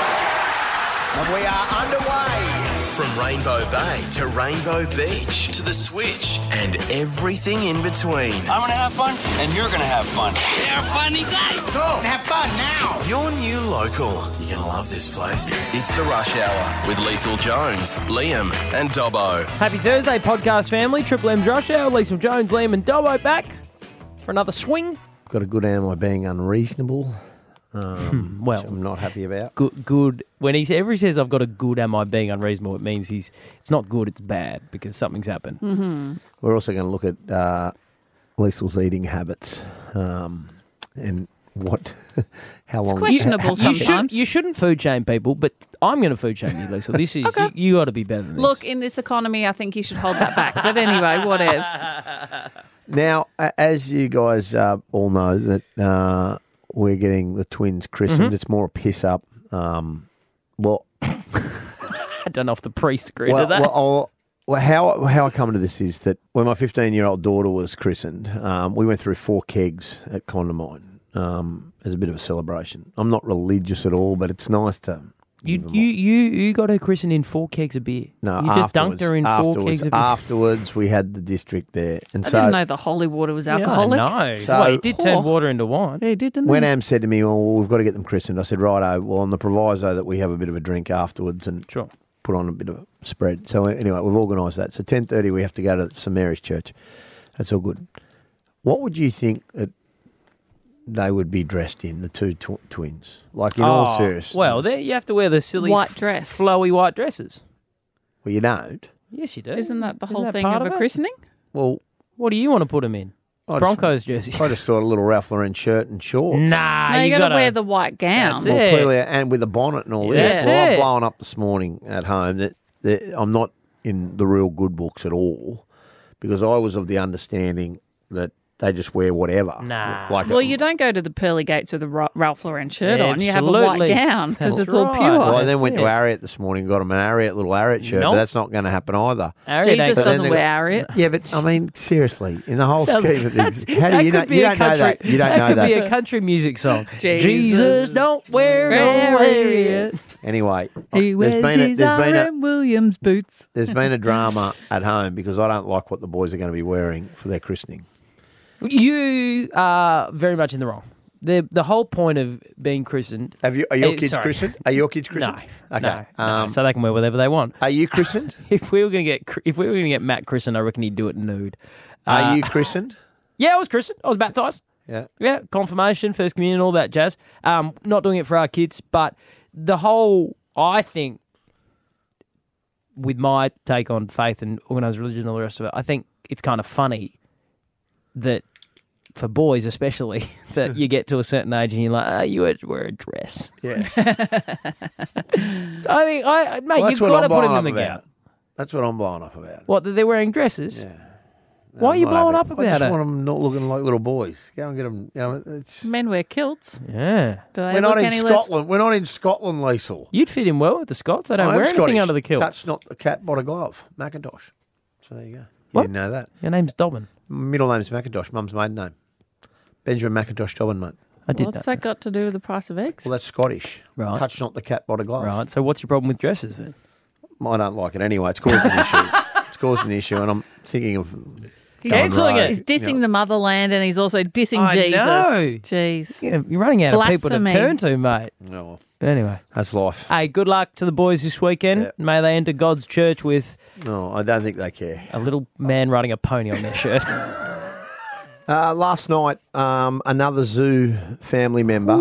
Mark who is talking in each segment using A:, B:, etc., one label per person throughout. A: And we are underway.
B: From Rainbow Bay to Rainbow Beach to the Switch and everything in between.
C: I'm gonna have fun, and you're gonna have fun.
A: Go and have fun now.
B: Your new local. You're going to love this place. It's the Rush Hour with Liesl Jones, Liam, and Dobbo.
D: Happy Thursday, podcast family. Triple M Josh Hour, Lisa Jones, Liam, and Dobbo back for another swing.
E: Got a good am I being unreasonable?
D: Well,
E: I'm not happy about.
D: good. good. When he ever he says I've got a good, am I being unreasonable? It means he's it's not good, it's bad because something's happened.
F: Mm-hmm.
E: We're also going to look at uh, Liesl's eating habits um, and what, how long.
F: questionable
E: ha- ha-
D: You, should,
F: Sometimes.
D: you shouldn't food shame people, but I'm going to food shame you, Lisa. This is
F: Okay.
D: you, you got to be better than this.
F: Look, in this economy, I think you should hold that back. But anyway, what ifs?
E: Now, a- as you guys uh, all know, that uh, we're getting the twins christened. It's more a piss up. Um, well,
D: I don't know if the priest agreed
E: well,
D: to that.
E: well, I'll- well, how how I come to this is that when my 15 year old daughter was christened, um, we went through four kegs at Condamine um, as a bit of a celebration. I'm not religious at all, but it's nice to.
D: you, you you you got her christened in four kegs of beer.
E: No,
D: you just dunked
E: afterwards-
D: her in
E: afterwards,
D: four kegs of beer.
E: Afterwards, we had the district there, and
F: I
E: so
F: didn't know the holy water was alcoholic.
D: Yeah, I know.
E: So-
D: well, it did
F: Oh.
D: turn water into wine.
F: He did, didn't
E: When
F: he?
E: Am said to me, "Well, we've got to get them christened," I said, "Righto." Well, on the proviso that we have a bit of a drink afterwards and
D: Sure.
E: put on a bit of a spread. So uh, anyway, we've organised that. So ten thirty, we have to go to St Mary's Church. That's all good. What would you think that they would be dressed in? The two tw- twins, like in all
D: Oh,
E: seriousness.
D: Well, there you have to wear the silly
F: White
D: f-
F: dress.
D: flowy white dresses.
E: well, you don't.
D: Yes, you do.
F: Isn't that the whole
D: that
F: thing
D: part
F: of a
D: of it?
F: christening?
E: Well,
D: What do you want to put them in?
E: I
D: Broncos jerseys.
E: Just, I just thought a little Ralph Lauren shirt and shorts.
D: nah,
F: no,
D: Ah, you,
F: you
D: got to
F: wear the white gown.
D: That's
E: Well,
D: Yeah.
E: clearly, and with a bonnet and all
D: Yeah.
E: this.
D: That's
E: Well,
D: it.
E: I've blown up this morning at home that, that I'm not in the real good books at all because I was of the understanding that they just wear whatever.
D: Nah.
E: Like
F: Well, you don't go to the pearly gates with a Ra- Ralph Lauren shirt
D: Yeah,
F: on. You have a white
D: absolutely.
F: gown because
D: That's
F: it's all
D: right.
F: pure.
E: Well, I
D: that's
E: then went
D: it.
E: to Ariat this morning and got him an Ariat little Ariat shirt,
D: Nope. Uh,
E: but that's not going to happen either.
D: Harry,
F: Jesus
D: thank you.
F: doesn't
E: they-
F: wear Ariat.
E: Yeah, but I mean, seriously, in the whole
D: Sounds-
E: scheme of things,
D: that's-
E: how do
D: that
E: you
D: could
E: know?
D: be
E: You
D: a
E: don't know
D: country-
E: that. You don't
D: that
E: know
D: could be
E: that.
D: a country music song.
F: Jesus.
D: don't wear no
F: Wear
D: Ariat.
E: Anyway, there's been a, there's been a,
F: Williams boots.
E: there's been a drama at home because I don't like what the boys are going to be wearing for their christening.
D: You are very much in the wrong. The the whole point of being christened.
E: Have you? Are your
D: Eh,
E: kids
D: sorry.
E: christened? Are your kids
D: No,
E: christened?
D: no,
E: Okay.
D: no,
E: um,
D: so they can wear whatever they want.
E: are you christened?
D: If we were gonna get, cr- if we were gonna get Matt christened, I reckon he'd do it nude. Uh,
E: Are you christened?
D: Yeah, I was christened. I was baptized.
E: Yeah.
D: Yeah, confirmation, first communion, all that jazz. Um, not doing it for our kids, but the whole, I think, with my take on faith and organized religion and all the rest of it, I think it's kind of funny that for boys, especially, that you get to a certain age and you're like, oh, you had to wear a dress.
E: Yeah.
D: I think, I mate,
E: Well,
D: you've
E: that's what
D: got
E: I'm
D: to put
E: blowing
D: them in the
E: up about.
D: gown.
E: That's what I'm blowing up about.
D: What, that they're wearing dresses? Why are you
E: I'm
D: blowing
E: not
D: up
E: having I
D: about
E: just
D: it? Mm,
E: want them not looking like little boys. Go and get them. You know, it's,
F: Men wear kilts.
D: Yeah.
F: Do they
E: we're
F: look
E: not in
F: any less-
E: Scotland. We're not in Scotland, Liesl.
D: You'd fit in well with the Scots. They don't
E: Oh, I am
D: wear anything
E: Scottish.
D: under the kilt.
E: That's not a cat bought a glove. Macintosh. So there you go. You
D: What?
E: didn't know that.
D: Your name's Dobbin.
E: Middle name's Macintosh. Mum's maiden name. Benjamin Macintosh Dobbin, mate.
D: I did
F: What's
D: know.
F: that got to do with the price of eggs?
E: Well, that's Scottish.
D: Right.
E: Touch not the cat bought a glove.
D: Right, so what's your problem with dresses then?
E: I don't like it anyway. It's caused an issue. It's caused an issue, and I'm thinking of
D: Cancelling
E: right.
F: He's dissing the motherland and he's also dissing
D: I
F: Jesus.
D: know.
F: Jeez.
D: Yeah, you're running out of people to
F: Blasphemy.
D: turn to, mate.
E: no.
D: Anyway,
E: That's life.
D: hey, good luck to the boys this weekend.
E: Yeah.
D: May they enter God's church with
E: No, I don't think they care.
D: a little man riding a pony on their shirt.
E: Uh, last night, um, another zoo family member.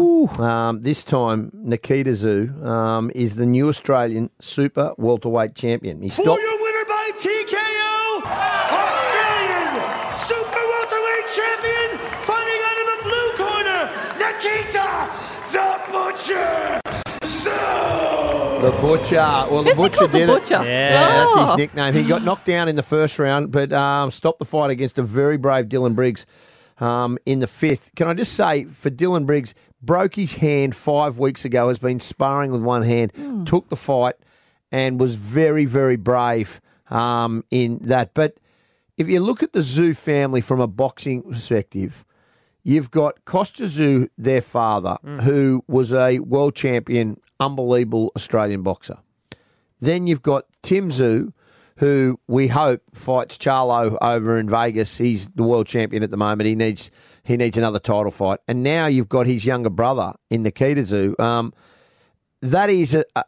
E: Um, this time, Nikita Zoo um, is the new Australian super welterweight champion. He stopped.
G: winner by TKO, Australian Super Welterweight Champion, fighting out of the blue corner, Nikita the Butcher Zoo!
E: The butcher. Well, the
F: Is he
E: butcher
F: called the
E: did
F: butcher?
E: it.
D: Yeah.
F: Oh.
E: That's his nickname. He got knocked down in the first round, but um, stopped the fight against a very brave Dylan Briggs um, in the fifth. Can I just say, for Dylan Briggs, broke his hand five weeks ago, has been sparring with one hand, took the fight, and was very, very brave um, in that. But if you look at the Zoo family from a boxing perspective, You've got Costazu, their father,
D: Mm.
E: who was a world champion, unbelievable Australian boxer. Then you've got Tim Zoo, who we hope fights Charlo over in Vegas. He's the world champion at the moment. He needs he needs another title fight. And now you've got his younger brother in Nikita Zoo. Um, that is a, a,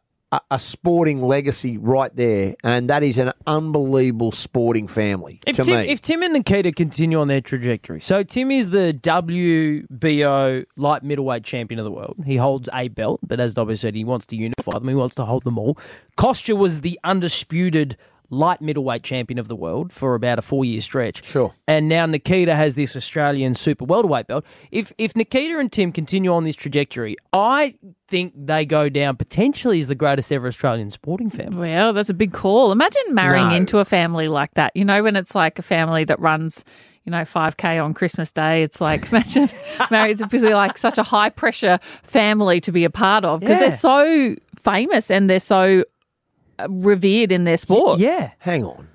E: a sporting legacy right there, and that is an unbelievable sporting family
D: If
E: to
D: Tim,
E: me.
D: if Tim and Nikita continue on their trajectory, so Tim is the WBO light middleweight champion of the world. He holds a belt, but as Dobbo said, he wants to unify them. He wants to hold them all. Kostya was the undisputed light middleweight champion of the world for about a four-year stretch.
E: Sure.
D: And now Nikita has this Australian super welterweight belt. If if Nikita and Tim continue on this trajectory, I think they go down potentially as the greatest ever Australian sporting family.
F: Well, that's a big call. Imagine marrying
D: No.
F: into a family like that. You know, when it's like a family that runs, you know, 5K on Christmas Day. It's like, imagine marrying it's busy, like such a high pressure family to be a part of because
D: Yeah.
F: they're so famous and they're so uh, revered in their sports.
D: Yeah.
E: Hang on.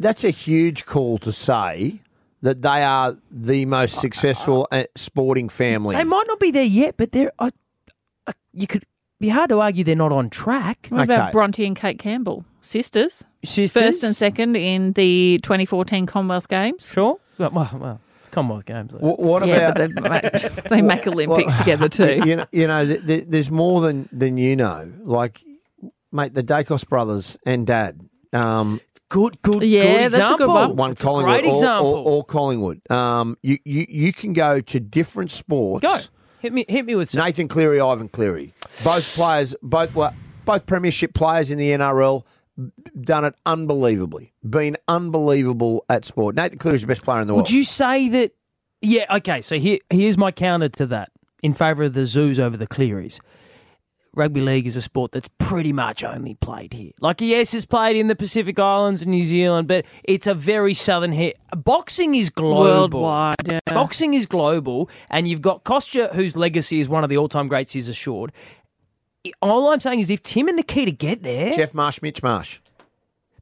E: That's a huge call to say that they are the most successful uh, sporting family.
D: They might not be there yet, but they're. I, I, you could be hard to argue they're not on track.
F: What
E: Okay.
F: about Bronte and Kate Campbell? Sisters.
D: Sisters,
F: First and second in the 2014 Commonwealth Games.
D: Sure. Well, well, well, it's Commonwealth Games. though.
E: Wh- what
F: Yeah,
E: about
F: but they make, they make Olympics together too.
E: you know, you know th- th- there's more than than you know. Like mate, the Dacos brothers and dad. Um,
D: good, good, good
F: Yeah, that's a good
D: example.
F: one.
E: one
D: That's a
E: Collingwood
D: Great
E: or-
D: example.
E: Or, or Collingwood. Um, you, you you can go to different sports.
D: Go. Hit me, hit me with some.
E: Nathan Cleary, Ivan Cleary. Both players, both were both premiership players in the NRL. Done it unbelievably, been unbelievable at sport. Nathan Cleary's the best player in the world.
D: Would you say that? Yeah. Okay. So here, here's my counter to that in favour of the zoos over the Clearys. Rugby league is a sport that's pretty much only played here. Like, yes, it's played in the Pacific Islands and New Zealand, but it's a very southern hit. Boxing is global.
F: Worldwide. yeah.
D: Boxing is global, and you've got Kostya, whose legacy is one of the all-time greats, is assured. I- All I'm saying is, if Tim and Nikita get there,
E: Jeff Marsh, Mitch Marsh,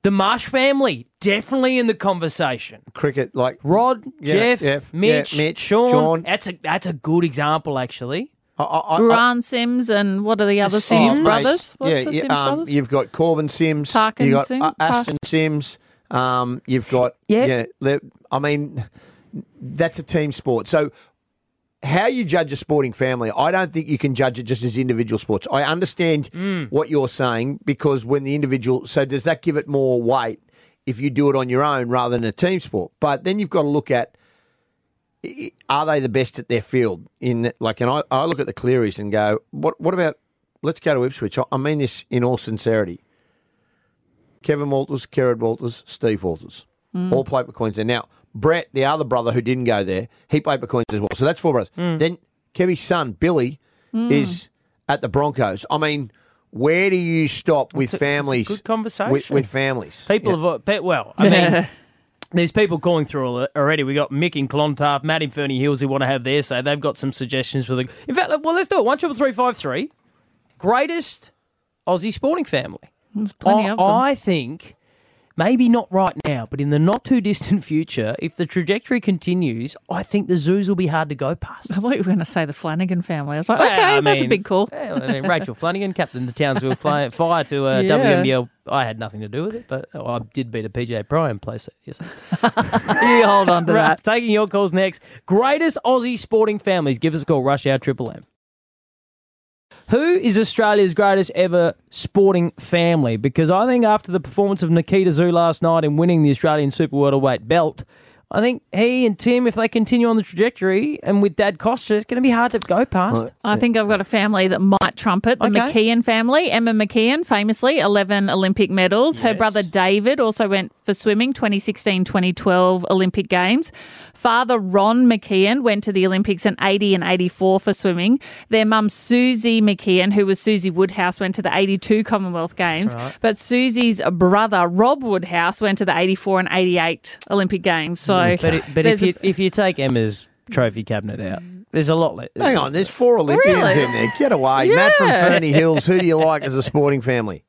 D: the Marsh family definitely in the conversation.
E: cricket like
D: Rod,
E: Yeah,
D: Jeff,
E: Jeff, yeah,
D: Mitch,
E: Mitch,
D: Sean.
E: John.
D: That's a that's a good example, actually.
E: I, I, I,
F: Ron Sims and what are the other
D: Sims
F: Sims,
E: mate.
F: brothers? What's
E: yeah,
F: the
E: yeah,
F: Sims
E: um,
F: brothers?
E: you've got Corbin Sims,
F: Tarkin
E: you got
F: Sim-
E: uh,
F: Tar-
E: Ashton Sims. Um, you've got
D: Yeah.
E: le- I mean, that's a team sport. So. How you judge a sporting family, I don't think you can judge it just as individual sports. I understand
F: Mm.
E: what you're saying because when the individual, so does that give it more weight if you do it on your own rather than a team sport? But then you've got to look at are they the best at their field? In that, like, and I, I look at the Clearys and go, what What about? Let's go to Ipswich. I, I mean this in all sincerity. Kevin Walters, Kerrod Walters, Steve Walters,
D: Mm.
E: all played for Queensland. Now Brett, the other brother who didn't go there, he played for Queensland as well. So that's four brothers.
D: Mm.
E: Then Kevy's son Billy is at the Broncos. I mean, where do you stop with
D: a- it's a
E: families?
D: good
E: with,
D: conversation.
E: with families.
D: People
E: Yeah.
D: have uh, pe- well, I mean, there's people calling through al- already. We got Mick and Clontarf, Matt in Fernie Hills who want to have their say. They've got some suggestions for the. In fact, well, let's do it. One triple three five three, greatest Aussie sporting family.
F: There's plenty
D: I,
F: of them.
D: I think maybe not right now, but in the not too distant future, if the trajectory continues, I think the zoos will be hard to go past.
F: I thought you were going to say the Flanagan family. I was like,
D: Well,
F: okay,
D: I
F: that's a
D: mean-
F: big call.
D: Yeah, well, I mean, Rachel Flanagan, captain of the Townsville Fly- Fire to uh,
F: Yeah.
D: WNBL. I had nothing to do with it, but oh, I did beat a PJ Prime place. Yes.
F: You hold on to
D: Right,
F: that.
D: taking your calls next. Greatest Aussie sporting families. Give us a call. Rush Hour Triple M. Who is Australia's greatest ever sporting family? Because I think after the performance of Nikita Zoo last night in winning the Australian Super Welterweight belt, I think he and Tim, if they continue on the trajectory and with Dad Costa, it's going to be hard to go past.
F: I think I've got a family that might trump it. The
D: Okay.
F: McKeon family. Emma McKeon, famously, 11 Olympic medals. Her
D: Yes.
F: brother David also went for swimming, 2016 2012 Olympic Games. Father Ron McKeon went to the Olympics in 80 and 84 for swimming. Their mum Susie McKeon, who was Susie Woodhouse, went to the 82 Commonwealth Games. But Susie's brother Rob Woodhouse went to the 84 and 88 Olympic Games. So,
D: But, it, but
F: there's
D: if,
F: a-
D: you, if you take Emma's trophy cabinet out, there's a lot left.
E: Hang on, there's four Olympians
F: Really?
E: in there. Get away. Matt from
F: Yeah.
E: Fernie Hills, who do you like as a sporting family?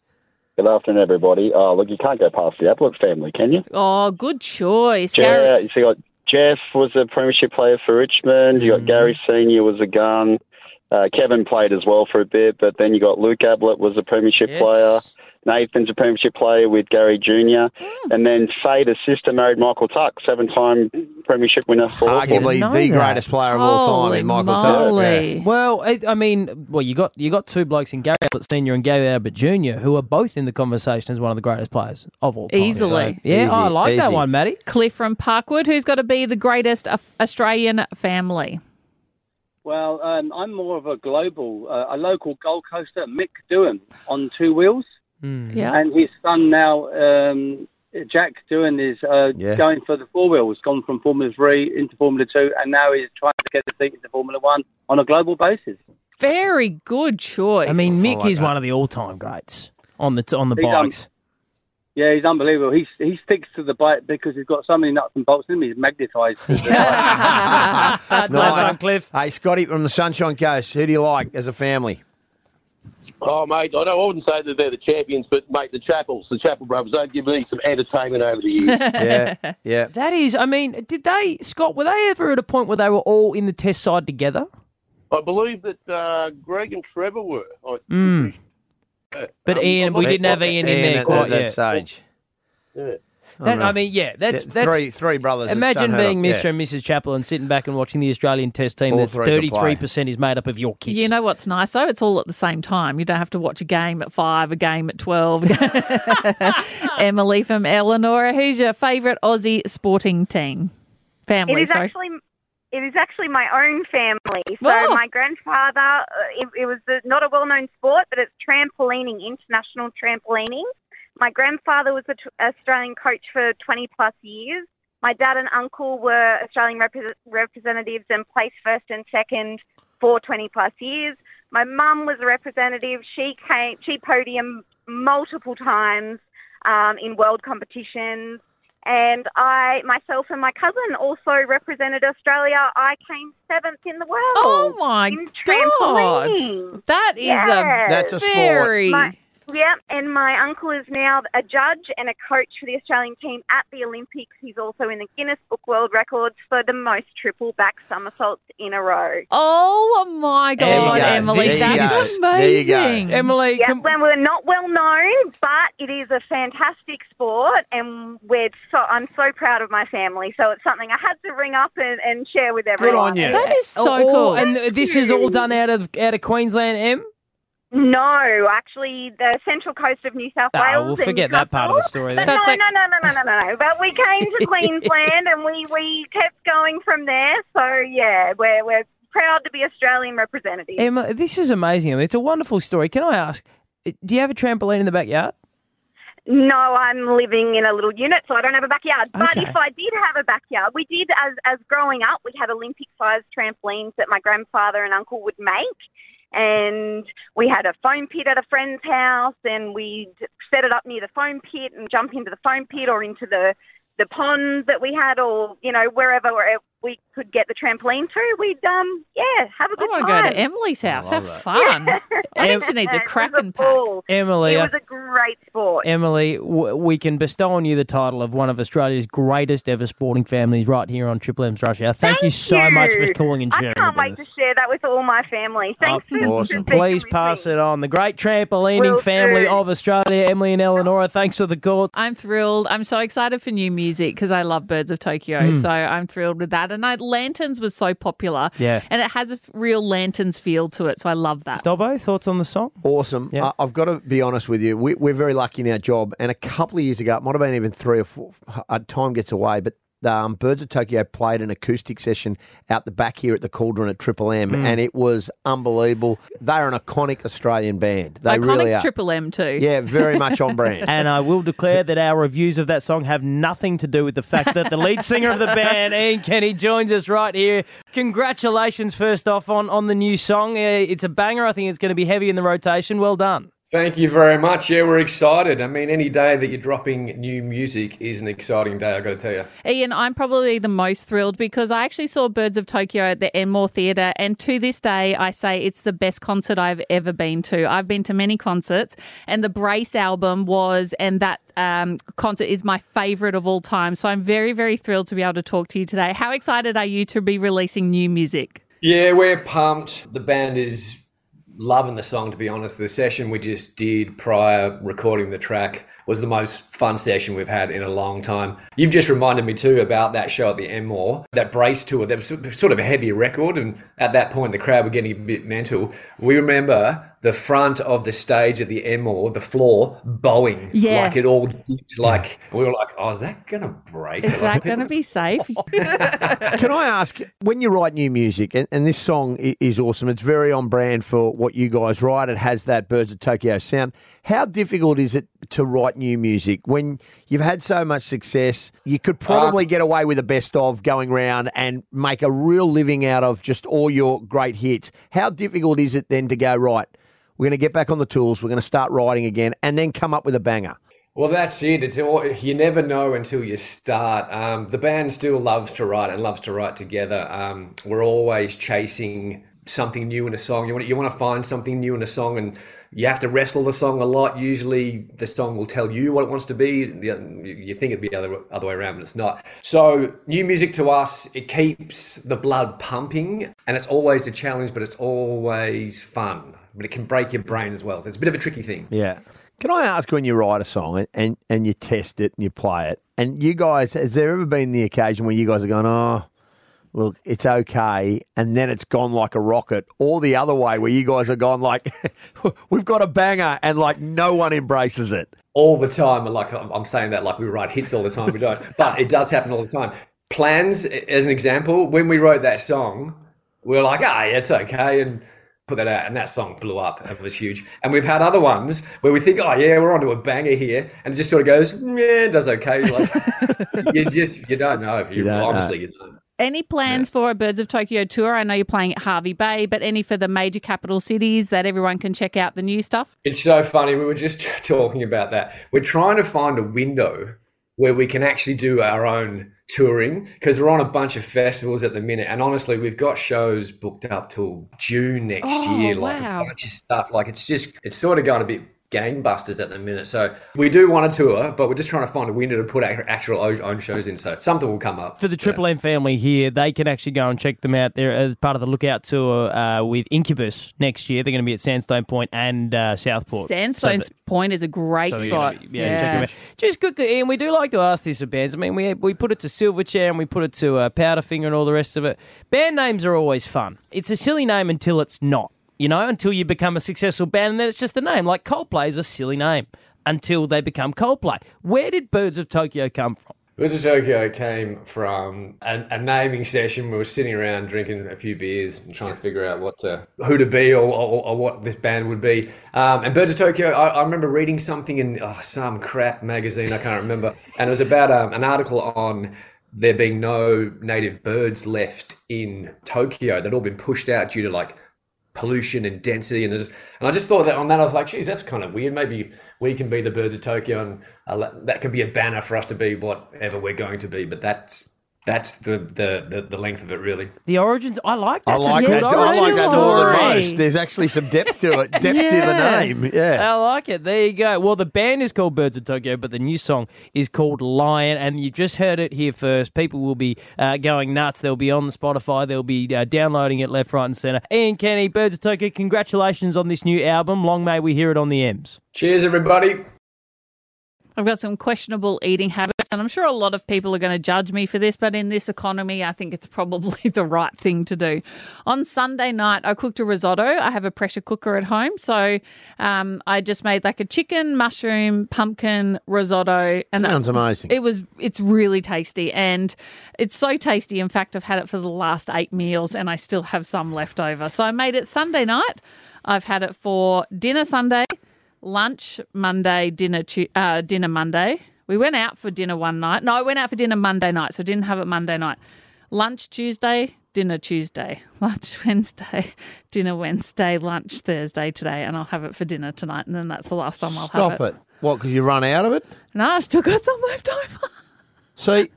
H: Good afternoon, Uh, everybody. Oh, look, you can't go past the Ablett family, can you?
F: oh, good choice. Gareth-
H: Yeah, you see, got Jeff was a premiership player for Richmond. You got Gary Senior was a gun. Uh, Kevin played as well for a bit, but then you got Luke Ablett was a premiership
D: Yes.
H: player. Nathan's a premiership player with Gary Junior, and then Fader's sister married Michael Tuck, seven-time premiership winner for Hawthorn.
E: Arguably
D: know
E: the
D: that.
E: greatest player of all time
F: Holy
E: in Michael Tuck. Yeah.
F: moly.
D: Well, I, I mean, well, you got you got two blokes in Gary Ablett Senior and Gary Ablett Junior who are both in the conversation as one of the greatest players of all time.
F: Easily.
D: So, yeah,
E: Easy,
D: I like that
E: easy.
D: one, Matty.
F: Cliff from Parkwood, who's got to be the greatest Af- Australian family?
I: Well, um, I'm more of a global, uh, a local Gold Coaster, Mick Doohan, on two wheels,
D: Mm-hmm.
F: Yeah.
I: and his son now, um, Jack Doohan, is uh,
E: Yeah.
I: going for the four wheels. Gone from Formula Three into Formula Two, and now he's trying to get a seat into Formula One on a global basis.
F: Very good choice.
D: I mean, Mick
E: like
D: is
E: that.
D: one of the all time greats on the t- on the
I: He's, um,
D: bikes.
I: Yeah, he's unbelievable. He he sticks to the bike because he's got so many nuts and bolts in him. He's magnetised.
F: that's
E: Nice.
F: nice.
E: one,
D: Cliff.
E: Hey, Scotty from the Sunshine Coast, who do you like as a family?
J: Oh, mate, I, don't, I wouldn't say that they're the champions, but, mate, the Chapels, the Chapel brothers, they've given me some entertainment over the years.
E: Yeah, yeah.
D: That is, I mean, did they Scott? Were they ever at a point where they were all in the test side together?
J: I believe that uh, Greg and Trevor were. I,
D: But
J: Um,
D: Ian, we
J: I-
D: didn't have Ian in
E: Ian
D: there
E: at
D: quite
E: that
D: yet.
E: stage.
D: That- I mean, yeah, that's
E: Yeah,
D: that's
E: three, three brothers. that's
D: Imagine
E: unheard of.
D: being Mr.
E: Yeah.
D: and Mrs. Chaplin sitting back and watching the Australian Test team
E: All
D: that's
E: three could play.
D: thirty-three percent is made up of your kids.
F: You know what's nice though? It's all at the same time. You don't have to watch a game at five, a game at twelve. Emily from Eleanor, who's your favourite Aussie sporting team? Family,
K: It is
F: sorry.
K: actually it is actually my own family. So
F: Wow.
K: my grandfather, uh, it, it was a, not a well-known sport, but it's trampolining, international trampolining. My grandfather was an Australian coach for 20 plus years. My dad and uncle were Australian repre- representatives and placed first and second for 20 plus years. My mum was a representative. She came, she podiumed multiple times um, in world competitions. And I, myself, and my cousin also represented Australia. I came seventh in the world.
F: oh my
K: in
F: god.
K: trampolining.
F: That is
K: Yes.
F: a
E: That's a sport.
F: very
K: My- Yeah, and my uncle is now a judge and a coach for the Australian team at the Olympics. He's also in the Guinness Book World Records for the most triple back somersaults in a row.
F: Oh my
D: There you
F: god,
D: go.
F: Emily.
D: There you
F: That's
E: go. There you go.
F: amazing.
D: Emily,
K: Yeah,
D: can-
K: when we're not well known, but it is a fantastic sport, and we're so I'm so proud of my family. So it's something I had to ring up and, and share with everyone.
E: on you.
F: That is so
D: all-
F: cool.
D: and this is all done out of out of Queensland, M.
K: No, actually, the central coast of New South
D: Oh,
K: Wales.
D: we'll
K: and
D: forget that part of the
K: Newcastle.
D: story
K: But
D: then.
F: That's
K: no,
F: like-
K: no, no, no, no, no, no, no. But we came to Queensland and we, we kept going from there. So, yeah, we're, we're proud to be Australian representatives.
D: Emma, this is amazing. I mean, it's a wonderful story. Can I ask? eh, Do you have a trampoline in the backyard?
K: No, I'm living in a little unit, so I don't have a backyard. But
D: Okay.
K: if I did have a backyard, we did as as growing up, we had Olympic-sized trampolines that my grandfather and uncle would make, and we had a foam pit at a friend's house, and we'd set it up near the foam pit and jump into the foam pit or into the the pond that we had, or you know wherever where we could get the trampoline to. We'd um yeah have a
F: I
K: good
F: want to
K: time.
F: Oh go to Emily's house. Have fun. I think she needs a
K: It was
F: Kraken pack.
K: ball.
D: Emily,
K: It
D: I-
K: was a great sport.
D: Emily, w- we can bestow on you the title of one of Australia's greatest ever sporting families right here on Triple M's Rush Hour. Thank, you so much for calling and sharing.
K: I can't
D: with
K: wait
D: us. Uh,
K: to share that with all my family. Thanks. for- for
E: awesome.
K: speaking
D: Please
K: with
D: pass
K: me.
D: it on. The great trampolining
K: Will
D: family
K: do.
D: of Australia, Emily and Eleonora, thanks for the call.
F: I'm thrilled. I'm so excited for new music because I love Birds of Tokyo.
E: Hmm.
F: So I'm thrilled with that. And I, Lanterns was so popular.
D: Yeah.
F: And it has a f- real Lanterns feel to it. So I love that.
D: Dobbo, thoughts on the song?
E: Awesome.
D: Yeah.
E: I, I've got to be honest with you. We, we're very lucky in our job. And a couple of years ago, it might have been even three or four, uh, time gets away, but um, Birds of Tokyo played an acoustic session out the back here at the Cauldron at Triple M,
F: Mm.
E: and it was unbelievable. They're an iconic Australian band. They
F: Iconic
E: really are.
F: Triple E. M too.
E: yeah, very much on brand.
D: And I will declare that our reviews of that song have nothing to do with the fact that the lead singer of the band, Ian Kenny, joins us right here. Congratulations, first off, on, on the new song. Uh, It's a banger. I think it's going to be heavy in the rotation. Well done.
K: Thank you very much. Yeah, we're excited. I mean, any day that you're dropping new music is an exciting day, i got to tell you.
F: Ian, I'm probably the most thrilled because I actually saw Birds of Tokyo at the Enmore Theatre, and to this day, I say it's the best concert I've ever been to. I've been to many concerts, and the Brace album was, and that um, concert is my favourite of all time. So I'm very, very thrilled to be able to talk to you today. How excited are you to be releasing new music?
K: Yeah, we're pumped. The band is loving the song, to be honest. The session we just did prior recording the track was the most fun session we've had in a long time. You've just reminded me too about that show at the Enmore, that brace tour. That was sort of a heavy record, and at that point the crowd were getting a bit mental. We remember the front of the stage at the Enmore, the floor bowing,
F: Yeah.
K: like it all dipped. Like we were like, "Oh, is that gonna break?"
F: Is that going to be safe?
E: Can I ask, when you write new music, and, and this song i- is awesome, it's very on brand for what you guys write. It has that Birds of Tokyo sound. How difficult is it to write new music when you've had so much success? You could probably get away with a best of going round and make a real living out of just all your great hits. How difficult is it then to go, right, we're going to get back on the tools, we're going to start writing again, and then come up with a banger?
K: Well, that's it. It's all, you never know until you start. Um, the band still loves to write and loves to write together. Um, we're always chasing something new in a song. You want you want to find something new in a song, and you have to wrestle the song a lot. Usually, the song will tell you what it wants to be. You you think it'd be the other other way around, but it's not. So, new music to us, it keeps the blood pumping, and it's always a challenge, but it's always fun. But it can break your brain as well. So it's a bit of a tricky thing.
E: Yeah. Can I ask when you write a song and, and, and you test it and you play it, and you guys, has there ever been the occasion where you guys are going, oh, look, it's okay, and then it's gone like a rocket, or the other way where you guys are gone like, we've got a banger, and like no one embraces it?
K: all the time. and Like I'm I'm saying that like we write hits all the time, we don't, but it does happen all the time. Plans, a- as an example, when we wrote that song, we were like, ah, yeah, it's okay, and put that out, and that song blew up. It was huge. And we've had other ones where we think, oh yeah, we're onto a banger here, and it just sort of goes, "Mm, yeah, it does okay. Like you just you don't know. You,
E: don't know.
K: honestly, you don't.
F: Any plans for a Birds of Tokyo tour? I know you're playing at Harvey Bay, but any for the major capital cities that everyone can check out the new stuff?
K: It's so funny. We were just talking about that. We're trying to find a window where we can actually do our own touring because we're on a bunch of festivals at the minute. And honestly, we've got shows booked up till June next
L: Oh,
K: year, like
L: wow.
K: a bunch of stuff. Like it's just, it's sort of going a bit gangbusters at the minute. So we do want a tour, but we're just trying to find a window to put our actual own own shows in. So something will come up.
D: For the Triple M family here, they can actually go and check them out. They're as part of the lookout tour uh, with Incubus next year. They're going to be at Sandstone Point and uh, Southport.
F: Sandstones
D: So that-
F: Point is a great
D: so, yeah,
F: spot.
D: Yeah, check them out. Just quickly, and we do like to ask this of bands. I mean, we we put it to Silverchair and we put it to uh, Powderfinger and all the rest of it. Band names are always fun. It's a silly name until it's not. You know, until you become a successful band, and then it's just the name. Like Coldplay is a silly name until they become Coldplay. Where did Birds of Tokyo come from?
K: Birds of Tokyo came from a, a naming session. We were sitting around drinking a few beers and trying to figure out what to, who to be or, or, or what this band would be. Um, and Birds of Tokyo, I, I remember reading something in oh, some crap magazine, I can't remember. And it was about um, an article on there being no native birds left in Tokyo. They'd all been pushed out due to like pollution and density and there's and I just thought that on that I was like geez that's kind of weird maybe we can be the birds of Tokyo and uh, let- that could be a banner for us to be whatever we're going to be but that's that's the the the, the length of it really
D: The origins. I like that.
E: I like
D: It's a
E: that.
D: good
E: I like
D: origin
E: that more than
D: story.
E: most. There's actually some depth to it, depth to the name. Yeah.
D: I like it. There you go. Well, the band is called Birds of Tokyo, but the new song is called Lion, and you just heard it here first. People will be uh, going nuts. They'll be on the Spotify. They'll be uh, downloading it left, right, and centre. Ian Kenny, Birds of Tokyo, congratulations on this new album. Long may we hear it on the M's.
K: cheers everybody
F: I've got some questionable eating habits, and I'm sure a lot of people are going to judge me for this, but in this economy, I think it's probably the right thing to do. On Sunday night, I cooked a risotto. I have a pressure cooker at home, so um, I just made like a chicken, mushroom, pumpkin risotto.
E: Sounds amazing.
F: It was. It's really tasty, and it's so tasty. In fact, I've had it for the last eight meals, and I still have some left over. So I made it Sunday night. I've had it for dinner Sunday, lunch Monday, dinner Tu- uh, dinner Monday. We went out for dinner one night. No, I went out for dinner Monday night, so I didn't have it Monday night. Lunch Tuesday, dinner Tuesday, lunch Wednesday, dinner Wednesday, lunch Thursday today, and I'll have it for dinner tonight. And then that's the last time Oh, I'll
E: Stop
F: have
E: it. What? Because you run out of it?
F: No, I've still got some left over.
E: See,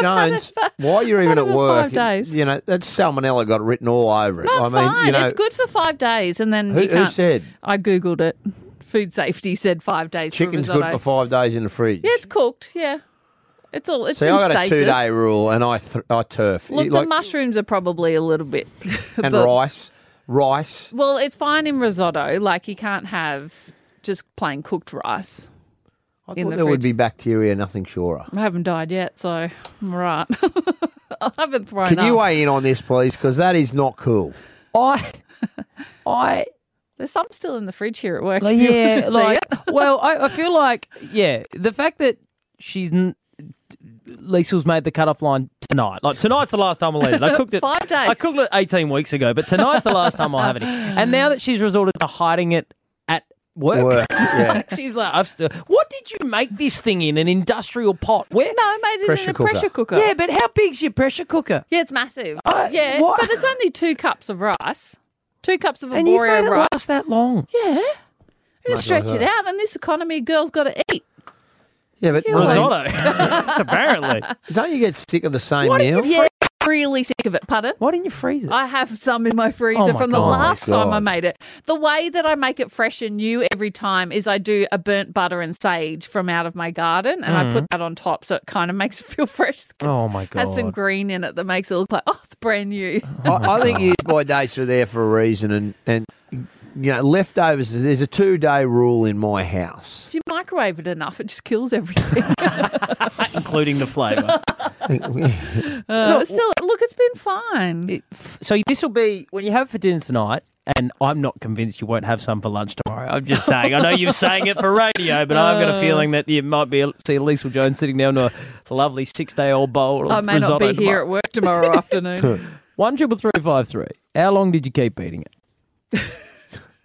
E: Jones, while you're even at
F: for
E: work,
F: five days.
E: you know that salmonella got written all over it.
F: No, it's
E: I mean,
F: fine.
E: you know,
F: it's good for five days, and then
E: Who-
F: you
E: who
F: can't.
E: said?
F: I googled it. Food safety said five days.
E: Chicken's
F: for
E: good
F: risotto.
E: for five days in the fridge.
F: Yeah, it's cooked. Yeah, it's all. It's
E: See,
F: in
E: I got
F: stasis.
E: a two-day rule, and I th- I turf
F: Look,
E: It,
F: the
E: like-
F: mushrooms are probably a little bit.
E: and
F: the-
E: rice, rice.
F: Well, it's fine in risotto. Like you can't have just plain cooked rice.
E: I
F: in
E: thought
F: the
E: there would
F: fridge.
E: be bacteria, nothing surer.
F: I haven't died yet, so I'm all right. I haven't thrown
E: Can
F: up.
E: you weigh in on this, please? Because that is not cool.
D: I, I.
F: There's some still in the fridge here at work.
D: Like,
F: if you
D: yeah,
F: want to see
D: like,
F: it.
D: well, I, I feel like, yeah, the fact that she's. N- Liesl's made the cutoff line tonight. Like tonight's the last time I'll eat it. I cooked it
F: Five days.
D: I cooked it eighteen weeks ago, but tonight's the last time I'll have it. And now that she's resorted to hiding it at work,
E: Work, yeah.
D: Like, she's like, I've still, "What did you make this thing in? An industrial pot? Where? No,
F: I made it in Pressure a cooker. pressure cooker.
D: Yeah, but how big's your pressure cooker?
F: Yeah, it's massive. yeah,
D: what?
F: but it's only two cups of rice. Two cups of
D: And you've made
F: arborio
D: it
F: rice.
D: last that long?
F: Yeah. You
E: Much
F: stretch
E: like
F: it
E: that.
F: out. In this economy, girls got to eat.
E: Yeah, but
F: You're
D: Risotto, apparently.
E: Don't you get sick of the same
F: Why
E: meal?
F: didn't you freeze really sick of it? Pardon?
D: Why didn't you freeze it?
F: I have some in my freezer
E: Oh my
F: from the
E: God.
F: last
E: Oh my
F: time I
E: God.
F: made it. The way that I make it fresh and new every time is I do a burnt butter and sage from out of my garden and I
D: Mhm.
F: put that on top so it kind of makes it feel fresh.
D: Oh my god! Uh.
F: Has some green in it that makes it look like, oh, it's brand new.
E: I, I think years by dates are there for a reason, and and you know leftovers. There's a two day rule in my house.
F: If you microwave it enough, it just kills everything.
D: including the flavour.
F: Uh, still, look, it's been fine.
D: so this will be when you have it for dinner tonight, and I'm not convinced you won't have some for lunch tomorrow. I'm just saying. I know you're saying it for radio, but I've got a
F: Uh.
D: feeling that you might be see Lisa Jones sitting down to a lovely six day old bowl. Of
F: I may not
D: risotto
F: be here at
D: tomorrow.
F: work tomorrow afternoon.
D: One triple three five three. How long did you keep beating it?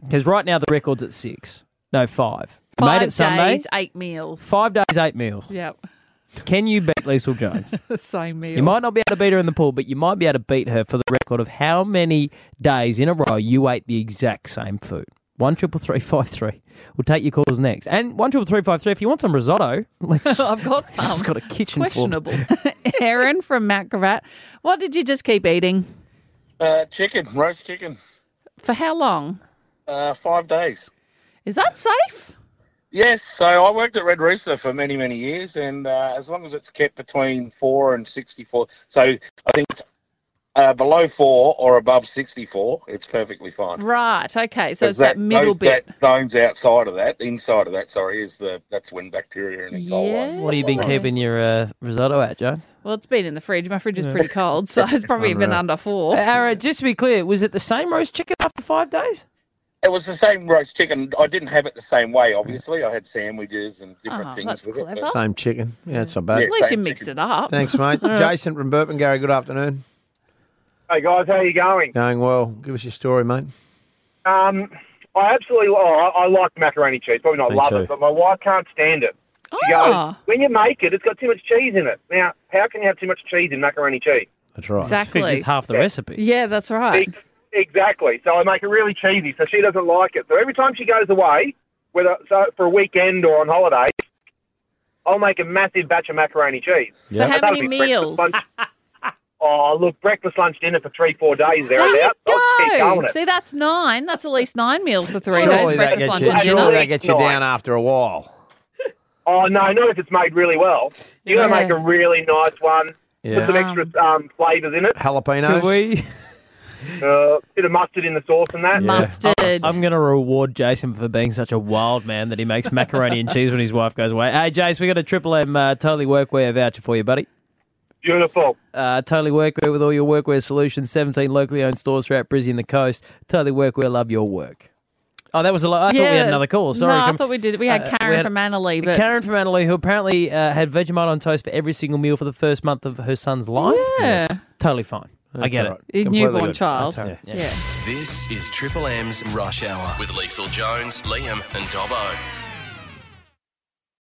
D: Because right now the record's at six. No five. You
F: Five
D: Made it Sunday.
F: days, eight meals.
D: Five days, eight meals.
F: Yep,
D: Can you beat Lisa Jones?
F: the same meal.
D: You might not be able to beat her in the pool, but you might be able to beat her for the record of how many days in a row you ate the exact same food. One triple three five three. We'll take your calls next. And one triple three five three. If you want some risotto, like
F: I've got some.
D: she's got a kitchen full.
F: Um, questionable. Aaron from Mount Gravatt, what did you just keep eating?
M: Uh, chicken, roast chicken,
F: For how long?
M: uh, five days.
F: Is that safe?
M: Yes, so I worked at Red Rooster for many, many years, and uh, as long as it's kept between four and sixty-four, so I think it's uh, below four or above sixty-four, it's perfectly fine.
F: Right. Okay. So
M: 'Cause
F: it's that, middle
M: those-
F: bit.
M: That zones outside of that, inside of that, sorry, is the that's when bacteria and Ebola.
D: What have you been keeping your uh, risotto at, Jones?
F: Well, it's been in the fridge. My fridge is pretty cold, so it's probably been
D: Alright.
F: under four.
D: Uh, Ara, just to be clear, was it the same roast chicken after five days?
M: It was the same roast chicken. I didn't have it the same way, obviously. I had sandwiches and different
F: Oh,
M: things
F: that's
M: with it.
F: clever.
M: but-
E: Same chicken. Yeah, it's not bad.
M: Yeah,
F: At least you mixed it up.
E: Thanks, mate. Jason from Burpengary. Good afternoon.
N: Hey guys, how you going?
E: Going well. Give us your story, mate.
N: Um, I absolutely, oh, I, I like macaroni cheese. Probably not
E: Me
N: love
E: too.
N: it, but my wife can't stand it. She
F: Ah.
N: goes, when you make it, it's got too much cheese in it. Now, how can you have too much cheese in macaroni cheese?
E: That's right.
F: Exactly.
D: It's half the recipe.
F: Yeah, that's right.
N: Ex- Exactly. So I make it really cheesy, so she doesn't like it. So every time she goes away, whether so for a weekend or on holiday, I'll make a massive batch of macaroni cheese.
F: So how
N: That'll
F: many
N: be breakfast,
F: meals?
N: lunch- oh, look, breakfast, lunch, dinner for three, four days there and
F: There
N: out. I'll keep
F: Go.
N: going it.
F: See, that's nine. That's at least nine meals for three
E: Surely
F: days.
E: that
F: Breakfast,
E: gets
F: lunch,
E: you,
F: and
E: surely
F: dinner.
E: that gets you down after a while.
N: Oh no, not if it's made really well. You gotta
F: Yeah.
N: make a really nice one.
E: Yeah.
N: Put some extra um, flavours in it.
E: Jalapenos.
D: we?
N: Uh, bit of mustard in the sauce and that.
D: I'm, I'm going to reward Jason for being such a wild man that he makes macaroni and cheese when his wife goes away. Hey, Jace, we got a Triple M uh, Totally Workwear voucher for you, buddy.
N: Beautiful.
D: Uh, totally Workwear with all your workwear solutions. 17 locally owned stores throughout Brisbane and the coast. Totally Workwear, love your work. Oh, that was a lot. I thought we had another call. Sorry.
F: No, I
D: Come-
F: thought we did. We had
D: uh,
F: Karen
D: we had-
F: from Annalee, but
D: Karen from Annalee, who apparently uh, had Vegemite on toast for every single meal for the first month of her son's life.
F: Yeah. Yes.
D: Totally fine. I
F: That's
D: get
F: all right.
D: it.
F: A newborn Completely good. child. That's all right. Yeah.
B: This is Triple M's Rush Hour with Liesl Jones, Liam, and Dobbo.